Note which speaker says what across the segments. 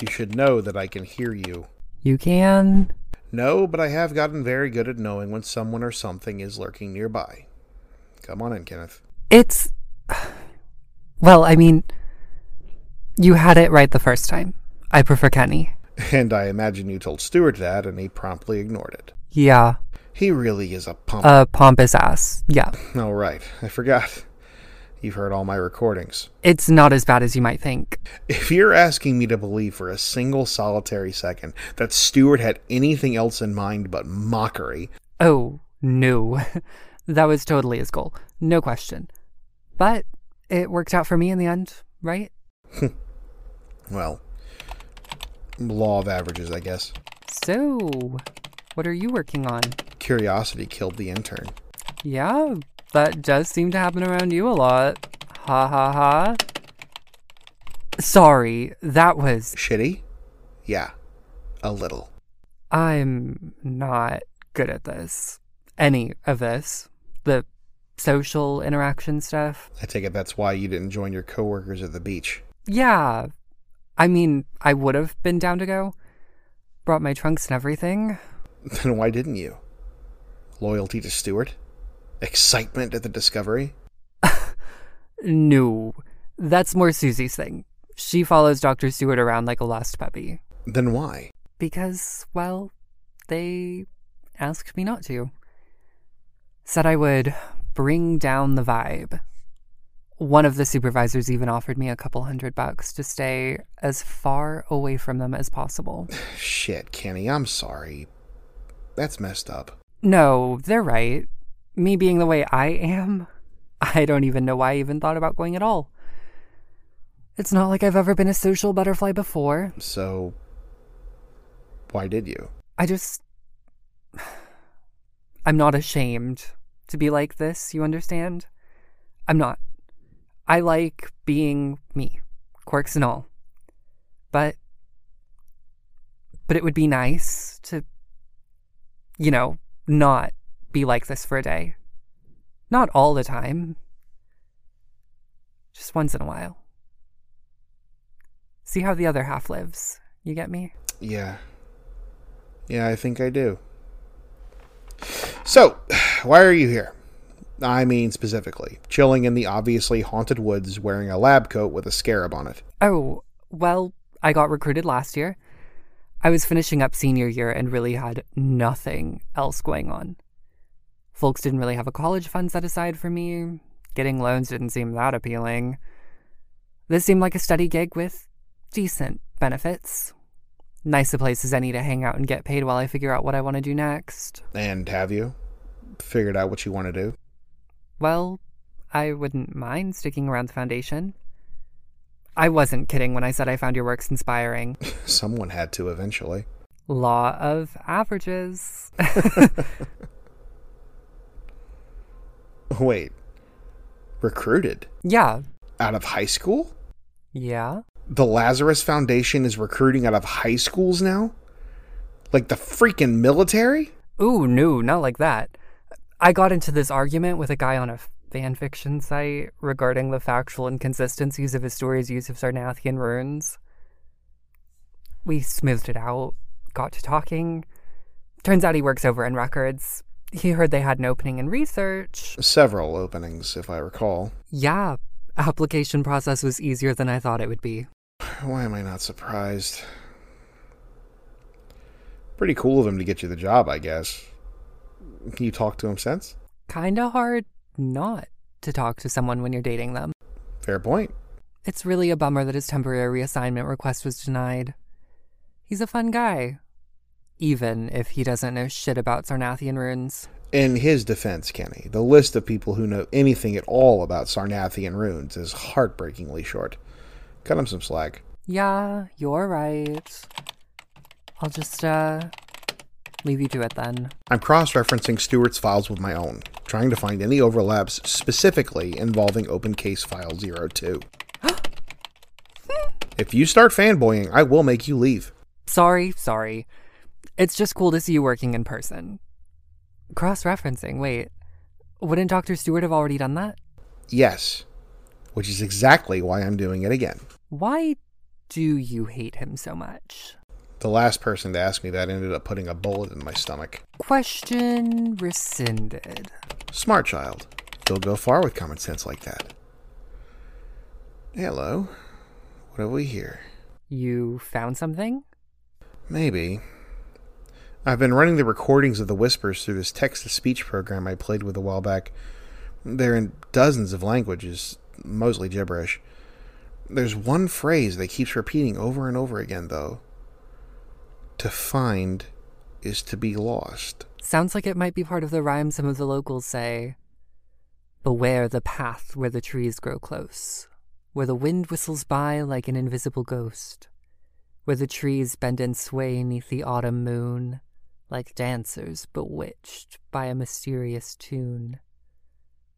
Speaker 1: You should know that I can hear you.
Speaker 2: You can.
Speaker 1: No, but I have gotten very good at knowing when someone or something is lurking nearby. Come on in, Kenneth.
Speaker 2: It's. Well, I mean, you had it right the first time. I prefer Kenny.
Speaker 1: And I imagine you told Stuart that, and he promptly ignored it.
Speaker 2: Yeah.
Speaker 1: He really is a pump.
Speaker 2: A pompous ass. Yeah.
Speaker 1: oh, right. I forgot. You've heard all my recordings.
Speaker 2: It's not as bad as you might think.
Speaker 1: If you're asking me to believe for a single solitary second that Stewart had anything else in mind but mockery,
Speaker 2: Oh, no. that was totally his goal. No question. But it worked out for me in the end, right?
Speaker 1: well, law of averages, I guess.
Speaker 2: So, what are you working on?
Speaker 1: Curiosity killed the intern.
Speaker 2: Yeah, that does seem to happen around you a lot. Ha ha ha. Sorry, that was.
Speaker 1: Shitty? Yeah, a little.
Speaker 2: I'm not good at this. Any of this. The social interaction stuff.
Speaker 1: I take it that's why you didn't join your coworkers at the beach.
Speaker 2: Yeah. I mean, I would have been down to go. Brought my trunks and everything.
Speaker 1: Then why didn't you? Loyalty to Stewart? Excitement at the discovery?
Speaker 2: No. That's more Susie's thing. She follows Dr. Stewart around like a lost puppy.
Speaker 1: Then why?
Speaker 2: Because, well, they asked me not to. Said I would bring down the vibe. One of the supervisors even offered me a couple hundred bucks to stay as far away from them as possible.
Speaker 1: Shit, Kenny, I'm sorry. That's messed up.
Speaker 2: No, they're right. Me being the way I am, I don't even know why I even thought about going at all. It's not like I've ever been a social butterfly before.
Speaker 1: So, why did you?
Speaker 2: I just. I'm not ashamed to be like this, you understand? I'm not. I like being me, quirks and all. But. But it would be nice to, you know, not be like this for a day. Not all the time. Just once in a while. See how the other half lives. You get me?
Speaker 1: Yeah. Yeah, I think I do. So, why are you here? I mean, specifically, chilling in the obviously haunted woods wearing a lab coat with a scarab on it.
Speaker 2: Oh, well, I got recruited last year. I was finishing up senior year and really had nothing else going on. Folks didn't really have a college fund set aside for me. Getting loans didn't seem that appealing. This seemed like a study gig with decent benefits. Nice a place as any to hang out and get paid while I figure out what I want to do next.
Speaker 1: And have you figured out what you want to do?
Speaker 2: Well, I wouldn't mind sticking around the foundation. I wasn't kidding when I said I found your works inspiring.
Speaker 1: Someone had to eventually.
Speaker 2: Law of averages.
Speaker 1: Wait. Recruited?
Speaker 2: yeah.
Speaker 1: Out of high school?
Speaker 2: Yeah.
Speaker 1: the Lazarus Foundation is recruiting out of high schools now? Like the freaking military?
Speaker 2: Ooh, no, not like that. I got into this argument with a guy on a fan fiction site regarding the factual inconsistencies of his story's use of Sarnathian runes. We smoothed it out, got to talking. Turns out he works over in records. He heard they had an opening in research.
Speaker 1: Several openings, if I recall.
Speaker 2: Yeah, application process was easier than I thought it would be.
Speaker 1: Why am I not surprised? Pretty cool of him to get you the job, I guess. You talked to him since?
Speaker 2: Kinda hard not to talk to someone when you're dating them.
Speaker 1: Fair point.
Speaker 2: It's really a bummer that his temporary assignment request was denied. He's a fun guy. Even if he doesn't know shit about Sarnathian runes.
Speaker 1: In his defense, Kenny, the list of people who know anything at all about Sarnathian runes is heartbreakingly short. Cut him some slack.
Speaker 2: Yeah, you're right. I'll just, uh, leave you to it then.
Speaker 1: I'm cross referencing Stewart's files with my own, trying to find any overlaps specifically involving Open Case File 02. if you start fanboying, I will make you leave.
Speaker 2: Sorry, sorry. It's just cool to see you working in person. Cross referencing, wait. Wouldn't Dr. Stewart have already done that?
Speaker 1: Yes, which is exactly why I'm doing it again.
Speaker 2: Why do you hate him so much?
Speaker 1: The last person to ask me that ended up putting a bullet in my stomach.
Speaker 2: Question rescinded.
Speaker 1: Smart child. You'll go far with common sense like that. Hello. What have we here?
Speaker 2: You found something?
Speaker 1: Maybe. I've been running the recordings of the whispers through this text to speech program I played with a while back. They're in dozens of languages, mostly gibberish. There's one phrase that keeps repeating over and over again, though. To find is to be lost.
Speaker 2: Sounds like it might be part of the rhyme some of the locals say. Beware the path where the trees grow close, where the wind whistles by like an invisible ghost, where the trees bend and sway neath the autumn moon, like dancers bewitched by a mysterious tune.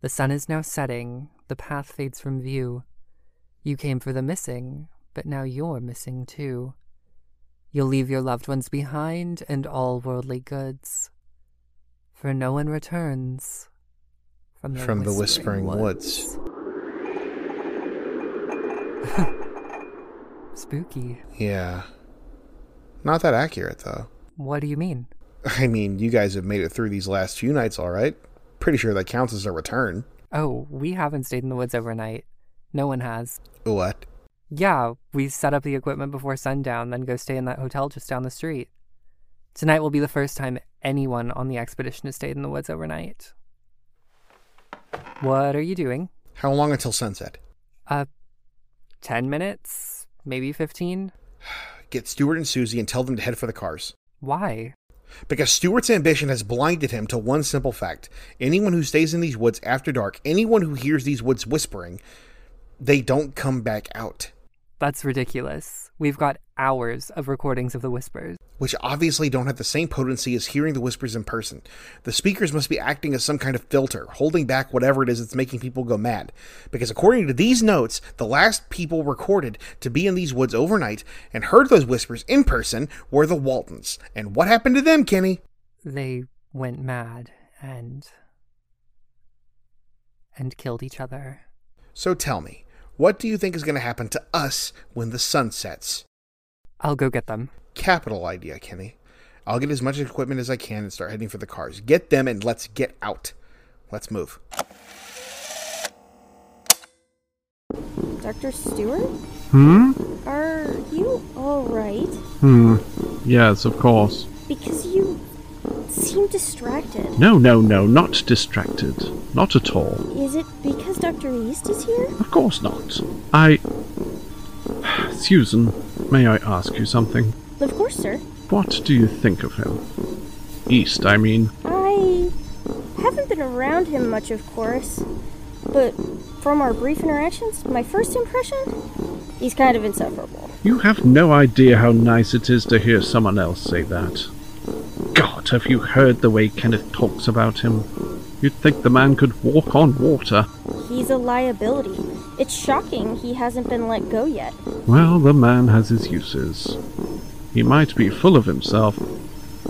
Speaker 2: The sun is now setting, the path fades from view. You came for the missing, but now you're missing too. You'll leave your loved ones behind and all worldly goods, for no one returns from the,
Speaker 1: From the
Speaker 2: whispering,
Speaker 1: Whispering
Speaker 2: woods. Spooky.
Speaker 1: Yeah. Not that accurate, though.
Speaker 2: What do you mean?
Speaker 1: I mean, you guys have made it through these last few nights, all right? Pretty sure that counts as a return.
Speaker 2: Oh, we haven't stayed in the woods overnight. No one has.
Speaker 1: What?
Speaker 2: Yeah, we set up the equipment before sundown, then go stay in that hotel just down the street. Tonight will be the first time anyone on the expedition has stayed in the woods overnight. What are you doing?
Speaker 1: How long until sunset?
Speaker 2: Uh, 10 minutes? Maybe 15?
Speaker 1: Get Stuart and Susie and tell them to head for the cars.
Speaker 2: Why?
Speaker 1: Because Stuart's ambition has blinded him to one simple fact. Anyone who stays in these woods after dark, anyone who hears these woods whispering, they don't come back out.
Speaker 2: That's ridiculous. We've got hours of recordings of the whispers.
Speaker 1: Which obviously don't have the same potency as hearing the whispers in person. The speakers must be acting as some kind of filter, holding back whatever it is that's making people go mad. Because according to these notes, the last people recorded to be in these woods overnight and heard those whispers in person were the Waltons. And what happened to them, Kenny?
Speaker 2: They went mad and. and killed each other.
Speaker 1: So tell me, what do you think is going to happen to us when the sun sets?
Speaker 2: I'll go get them.
Speaker 1: Capital idea, Kenny. I'll get as much equipment as I can and start heading for the cars. Get them and let's get out. Let's move.
Speaker 3: Dr. Stewart?
Speaker 4: Hmm?
Speaker 3: Are you alright?
Speaker 4: Hmm. Yes, of course.
Speaker 3: Because you seem distracted.
Speaker 4: No, no, no, not distracted. Not at all.
Speaker 3: Is it because Dr. East is here?
Speaker 4: Of course not. I. Susan, may I ask you something?
Speaker 3: Of course, sir.
Speaker 4: What do you think of him? East, I mean.
Speaker 3: I haven't been around him much, of course. But from our brief interactions, my first impression? He's kind of insufferable.
Speaker 4: You have no idea how nice it is to hear someone else say that. God, have you heard the way Kenneth talks about him? You'd think the man could walk on water.
Speaker 3: He's a liability. It's shocking he hasn't been let go yet.
Speaker 4: Well, the man has his uses. He might be full of himself,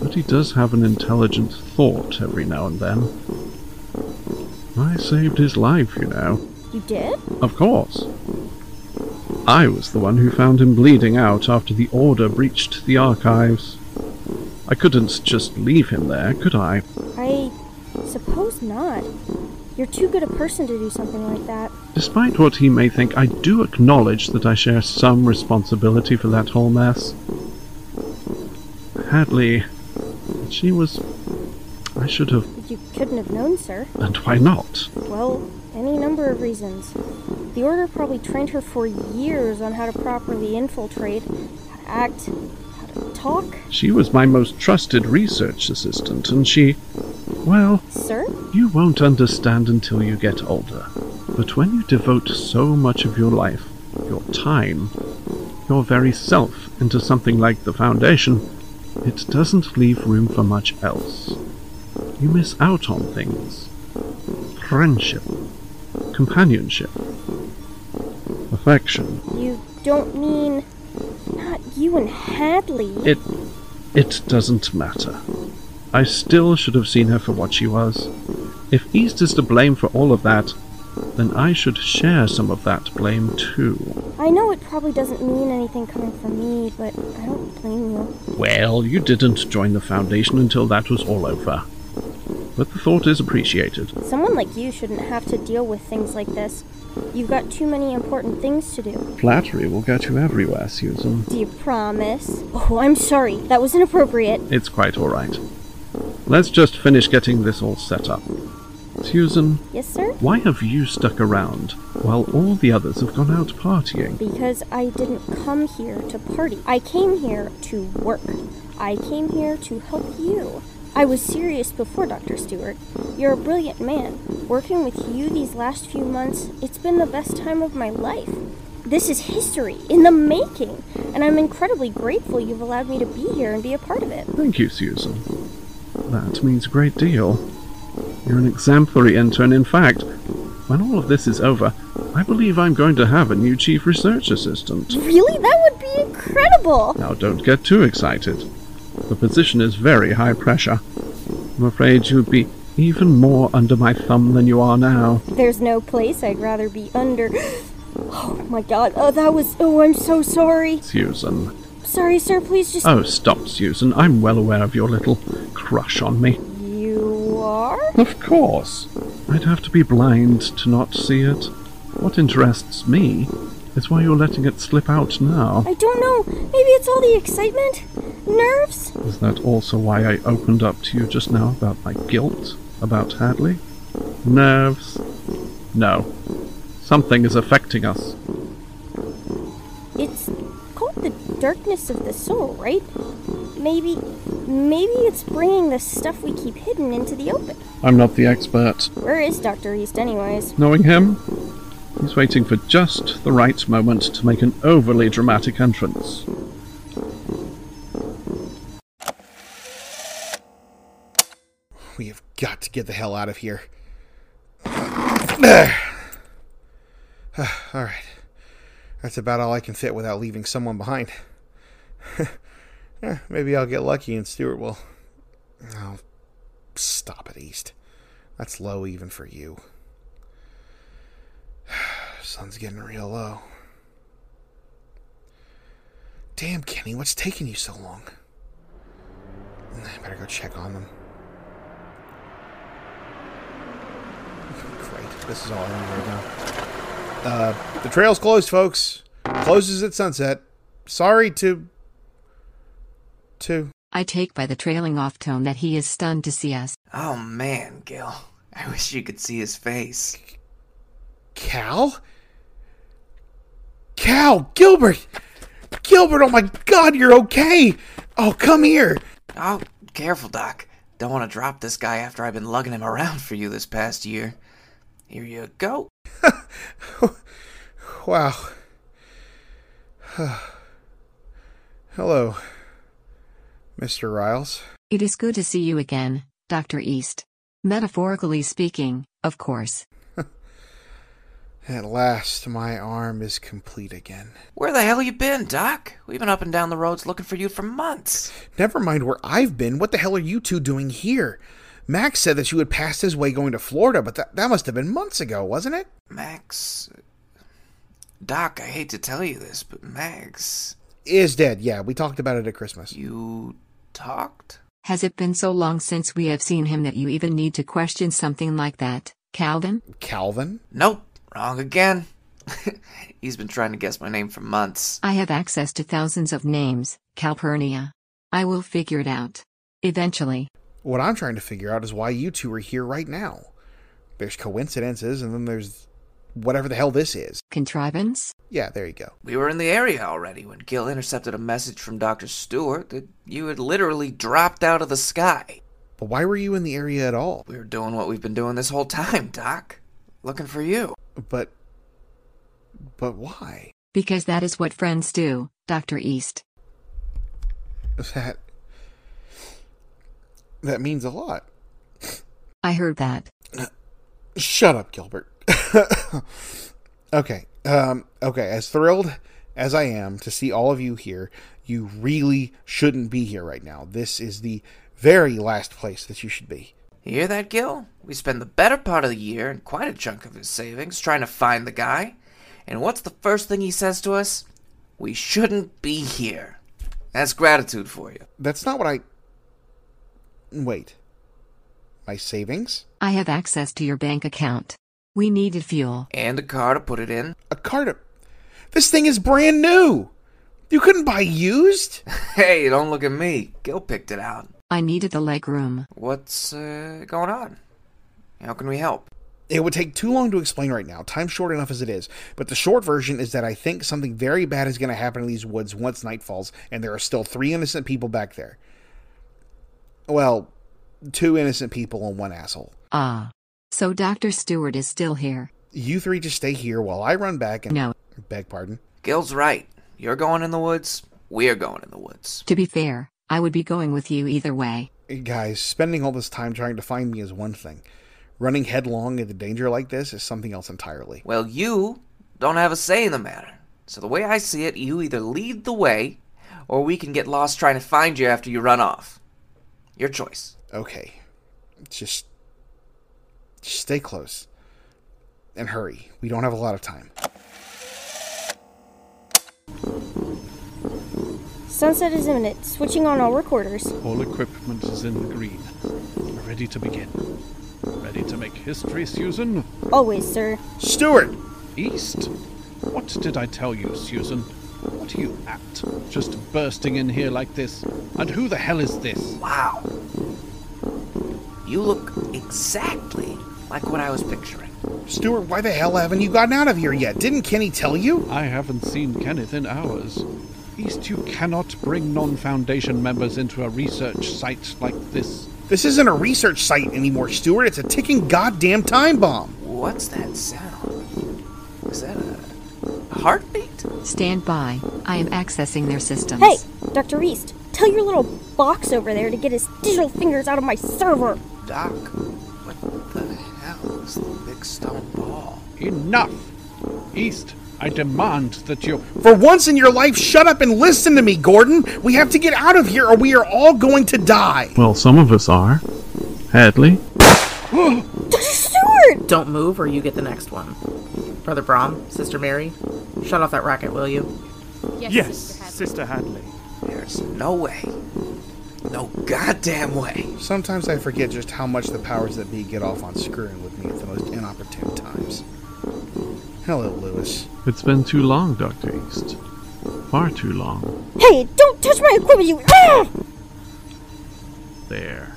Speaker 4: but he does have an intelligent thought every now and then. I saved his life, you know.
Speaker 3: You did?
Speaker 4: Of course. I was the one who found him bleeding out after the order breached the archives. I couldn't just leave him there, could I?
Speaker 3: I suppose not. You're too good a person to do something like that.
Speaker 4: Despite what he may think, I do acknowledge that I share some responsibility for that whole mess. Hadley, she was. I should have.
Speaker 3: You couldn't have known, sir.
Speaker 4: And why not?
Speaker 3: Well, any number of reasons. The Order probably trained her for years on how to properly infiltrate, how to act, how to talk,
Speaker 4: She was my most trusted research assistant, and she. Well,
Speaker 3: sir?
Speaker 4: you won't understand until you get older. But when you devote so much of your life, your time, your very self into something like the Foundation, it doesn't leave room for much else. You miss out on things friendship, companionship, affection.
Speaker 3: You don't mean. Not you and Hadley.
Speaker 4: It. it doesn't matter. I still should have seen her for what she was. If East is to blame for all of that, then I should share some of that blame too.
Speaker 3: I know it probably doesn't mean anything coming from me, but I don't blame you.
Speaker 4: Well, you didn't join the Foundation until that was all over. But the thought is appreciated.
Speaker 3: Someone like you shouldn't have to deal with things like this. You've got too many important things to do.
Speaker 4: Flattery will get you everywhere, Susan.
Speaker 3: Do you promise? Oh, I'm sorry. That was inappropriate.
Speaker 4: It's quite alright. Let's just finish getting this all set up. Susan,
Speaker 3: Yes, sir?
Speaker 4: why have you stuck around while all the others have gone out partying?
Speaker 3: Because I didn't come here to party. I came here to work. I came here to help you. I was serious before, Dr. Stewart. You're a brilliant man. Working with you these last few months, it's been the best time of my life. This is history in the making, and I'm incredibly grateful you've allowed me to be here and be a part of it.
Speaker 4: Thank you, Susan. That means a great deal. You're an exemplary intern. In fact, when all of this is over, I believe I'm going to have a new chief research assistant.
Speaker 3: Really? That would be incredible!
Speaker 4: Now, don't get too excited. The position is very high pressure. I'm afraid you'd be even more under my thumb than you are now.
Speaker 3: There's no place I'd rather be under. Oh my god. Oh, that was. Oh, I'm so sorry.
Speaker 4: Susan.
Speaker 3: Sorry, sir. Please just.
Speaker 4: Oh, stop, Susan. I'm well aware of your little crush on me.
Speaker 3: You are?
Speaker 4: Of course. I'd have to be blind to not see it. What interests me is why you're letting it slip out now.
Speaker 3: I don't know. Maybe it's all the excitement? Nerves?
Speaker 4: Is that also why I opened up to you just now about my guilt about Hadley? Nerves? No. Something is affecting us.
Speaker 3: It's called the darkness of the soul, right? Maybe. Maybe it's bringing the stuff we keep hidden into the open.
Speaker 4: I'm not the expert.
Speaker 3: Where is Dr. East, anyways?
Speaker 4: Knowing him, he's waiting for just the right moment to make an overly dramatic entrance.
Speaker 1: We have got to get the hell out of here. all right. That's about all I can fit without leaving someone behind. Eh, Maybe I'll get lucky and Stuart will. Oh, stop it, East. That's low even for you. Sun's getting real low. Damn, Kenny, what's taking you so long? I better go check on them. Great. This is all I need right now. Uh, the trail's closed, folks. Closes at sunset. Sorry to. to.
Speaker 5: I take by the trailing off tone that he is stunned to see us.
Speaker 6: Oh man, Gil. I wish you could see his face.
Speaker 1: Cal? Cal! Gilbert! Gilbert, oh my god, you're okay! Oh, come here!
Speaker 6: Oh, careful, Doc. Don't want to drop this guy after I've been lugging him around for you this past year. Here you go.
Speaker 1: Wow. Hello, Mr. Riles.
Speaker 5: It is good to see you again, Dr. East. Metaphorically speaking, of course.
Speaker 1: At last, my arm is complete again.
Speaker 6: Where the hell you been, Doc? We've been up and down the roads looking for you for months.
Speaker 1: Never mind where I've been. What the hell are you two doing here? Max said that you had passed his way going to Florida, but that, that must have been months ago, wasn't it?
Speaker 6: Max. Doc, I hate to tell you this, but Max.
Speaker 1: Is dead, yeah. We talked about it at Christmas.
Speaker 6: You talked?
Speaker 5: Has it been so long since we have seen him that you even need to question something like that, Calvin?
Speaker 1: Calvin?
Speaker 6: Nope, wrong again. He's been trying to guess my name for months.
Speaker 5: I have access to thousands of names, Calpurnia. I will figure it out. Eventually.
Speaker 1: What I'm trying to figure out is why you two are here right now. There's coincidences, and then there's whatever the hell this is.
Speaker 5: Contrivance?
Speaker 1: Yeah, there you go.
Speaker 6: We were in the area already when Gil intercepted a message from Dr. Stewart that you had literally dropped out of the sky.
Speaker 1: But why were you in the area at all?
Speaker 6: We were doing what we've been doing this whole time, Doc. Looking for you.
Speaker 1: But. But why?
Speaker 5: Because that is what friends do, Dr. East.
Speaker 1: That. That means a lot.
Speaker 5: I heard that.
Speaker 1: Shut up, Gilbert. okay. Um, okay. As thrilled as I am to see all of you here, you really shouldn't be here right now. This is the very last place that you should be.
Speaker 6: You hear that, Gil? We spend the better part of the year and quite a chunk of his savings trying to find the guy. And what's the first thing he says to us? We shouldn't be here. That's gratitude for you.
Speaker 1: That's not what I. Wait. My savings?
Speaker 5: I have access to your bank account. We needed fuel.
Speaker 6: And a car to put it in.
Speaker 1: A car to. This thing is brand new! You couldn't buy used?
Speaker 6: Hey, don't look at me. Gil picked it out.
Speaker 5: I needed the legroom.
Speaker 6: What's uh, going on? How can we help?
Speaker 1: It would take too long to explain right now. Time's short enough as it is. But the short version is that I think something very bad is going to happen in these woods once night falls, and there are still three innocent people back there. Well, two innocent people and one asshole.
Speaker 5: Ah. So Dr. Stewart is still here.
Speaker 1: You three just stay here while I run back and.
Speaker 5: No.
Speaker 1: Beg pardon.
Speaker 6: Gil's right. You're going in the woods. We're going in the woods.
Speaker 5: To be fair, I would be going with you either way.
Speaker 1: Guys, spending all this time trying to find me is one thing. Running headlong into danger like this is something else entirely.
Speaker 6: Well, you don't have a say in the matter. So the way I see it, you either lead the way, or we can get lost trying to find you after you run off. Your choice.
Speaker 1: Okay. Just. Just stay close. And hurry. We don't have a lot of time.
Speaker 3: Sunset is imminent. Switching on all recorders.
Speaker 4: All equipment is in the green. Ready to begin. Ready to make history, Susan?
Speaker 3: Always, sir.
Speaker 1: Stewart!
Speaker 4: East? What did I tell you, Susan? What are you at? Just bursting in here like this? And who the hell is this?
Speaker 6: Wow. You look exactly like what I was picturing.
Speaker 1: Stewart, why the hell haven't you gotten out of here yet? Didn't Kenny tell you?
Speaker 4: I haven't seen Kenneth in hours. East, you cannot bring non Foundation members into a research site like this.
Speaker 1: This isn't a research site anymore, Stewart. It's a ticking goddamn time bomb.
Speaker 6: What's that sound? Is that a a heartbeat?
Speaker 5: Stand by. I am accessing their systems.
Speaker 3: Hey, Dr. East, tell your little box over there to get his digital fingers out of my server.
Speaker 6: Doc, what the hell is the big stone ball?
Speaker 4: Enough! East, I demand that you.
Speaker 1: For once in your life, shut up and listen to me, Gordon. We have to get out of here or we are all going to die.
Speaker 4: Well, some of us are. Hadley?
Speaker 3: Dr. Stewart!
Speaker 7: Don't move or you get the next one. Brother Brom, Sister Mary, shut off that racket, will you?
Speaker 8: Yes, Sister Hadley.
Speaker 6: There's no way. No goddamn way.
Speaker 1: Sometimes I forget just how much the powers that be get off on screwing with me at the most inopportune times. Hello, Lewis.
Speaker 4: It's been too long, Dr. East. Far too long.
Speaker 3: Hey, don't touch my equipment, you. Ah!
Speaker 4: There.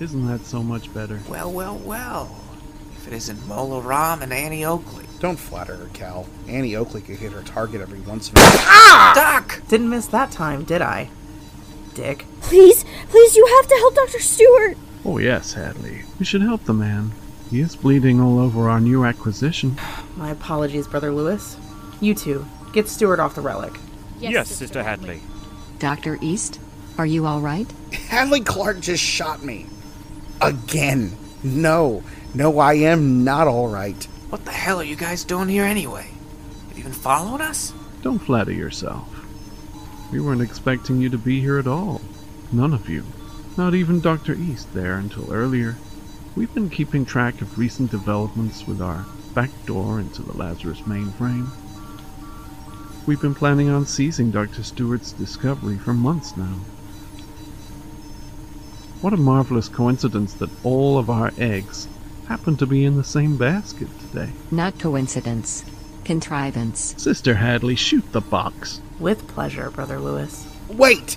Speaker 4: Isn't that so much better?
Speaker 6: Well, well, well. If it isn't Mola Ram and Annie Oakley.
Speaker 1: Don't flatter her, Cal. Annie Oakley could hit her target every once in a while.
Speaker 6: Ah! Doc!
Speaker 7: Didn't miss that time, did I? Dick.
Speaker 3: Please, please, you have to help Dr. Stewart.
Speaker 4: Oh, yes, Hadley. We should help the man. He is bleeding all over our new acquisition.
Speaker 7: My apologies, Brother Lewis. You two, get Stewart off the relic.
Speaker 8: Yes, Sister Hadley.
Speaker 5: Dr. East, are you all right?
Speaker 1: Hadley Clark just shot me. Again. No. No, I am not alright.
Speaker 6: What the hell are you guys doing here anyway? Have you been following us?
Speaker 4: Don't flatter yourself. We weren't expecting you to be here at all. None of you. Not even Dr. East there until earlier. We've been keeping track of recent developments with our back door into the Lazarus mainframe. We've been planning on seizing Dr. Stewart's discovery for months now. What a marvelous coincidence that all of our eggs happen to be in the same basket today.
Speaker 5: Not coincidence. Contrivance.
Speaker 4: Sister Hadley, shoot the box.
Speaker 7: With pleasure, Brother Lewis.
Speaker 1: Wait!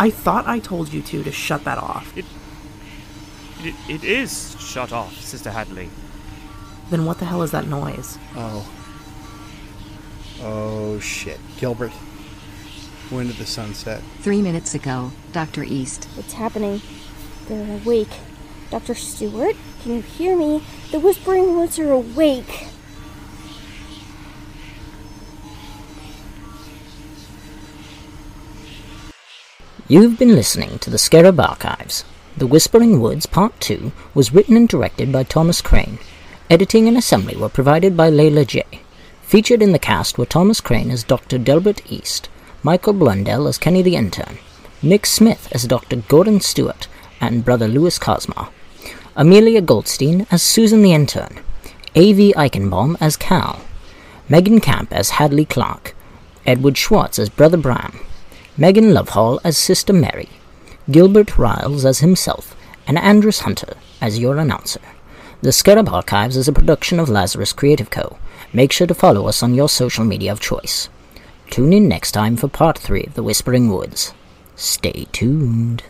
Speaker 7: I thought I told you two to shut that off.
Speaker 8: It, it is shut off, Sister Hadley.
Speaker 7: Then what the hell is that noise?
Speaker 1: Oh. Oh shit. Gilbert. When did the sun set?
Speaker 5: Three minutes ago, Dr. East.
Speaker 3: What's happening? They're awake. Dr. Stewart, can you hear me? The Whispering Woods are awake.
Speaker 9: You've been listening to the Scarab Archives. The Whispering Woods Part 2 was written and directed by Thomas Crane. Editing and assembly were provided by Leila J. Featured in the cast were Thomas Crane as Dr. Delbert East, Michael Blundell as Kenny the Intern, Nick Smith as Dr. Gordon Stewart and Brother Louis Cosma, Amelia Goldstein as Susan the Intern, A.V. Eichenbaum as Cal, Megan Camp as Hadley Clark, Edward Schwartz as Brother Bram, Megan Lovehall as Sister Mary, Gilbert Riles as himself, and Andrus Hunter as your announcer. The Scarab Archives is a production of Lazarus Creative Co. Make sure to follow us on your social media of choice. Tune in next time for part 3 of The Whispering Woods. Stay tuned.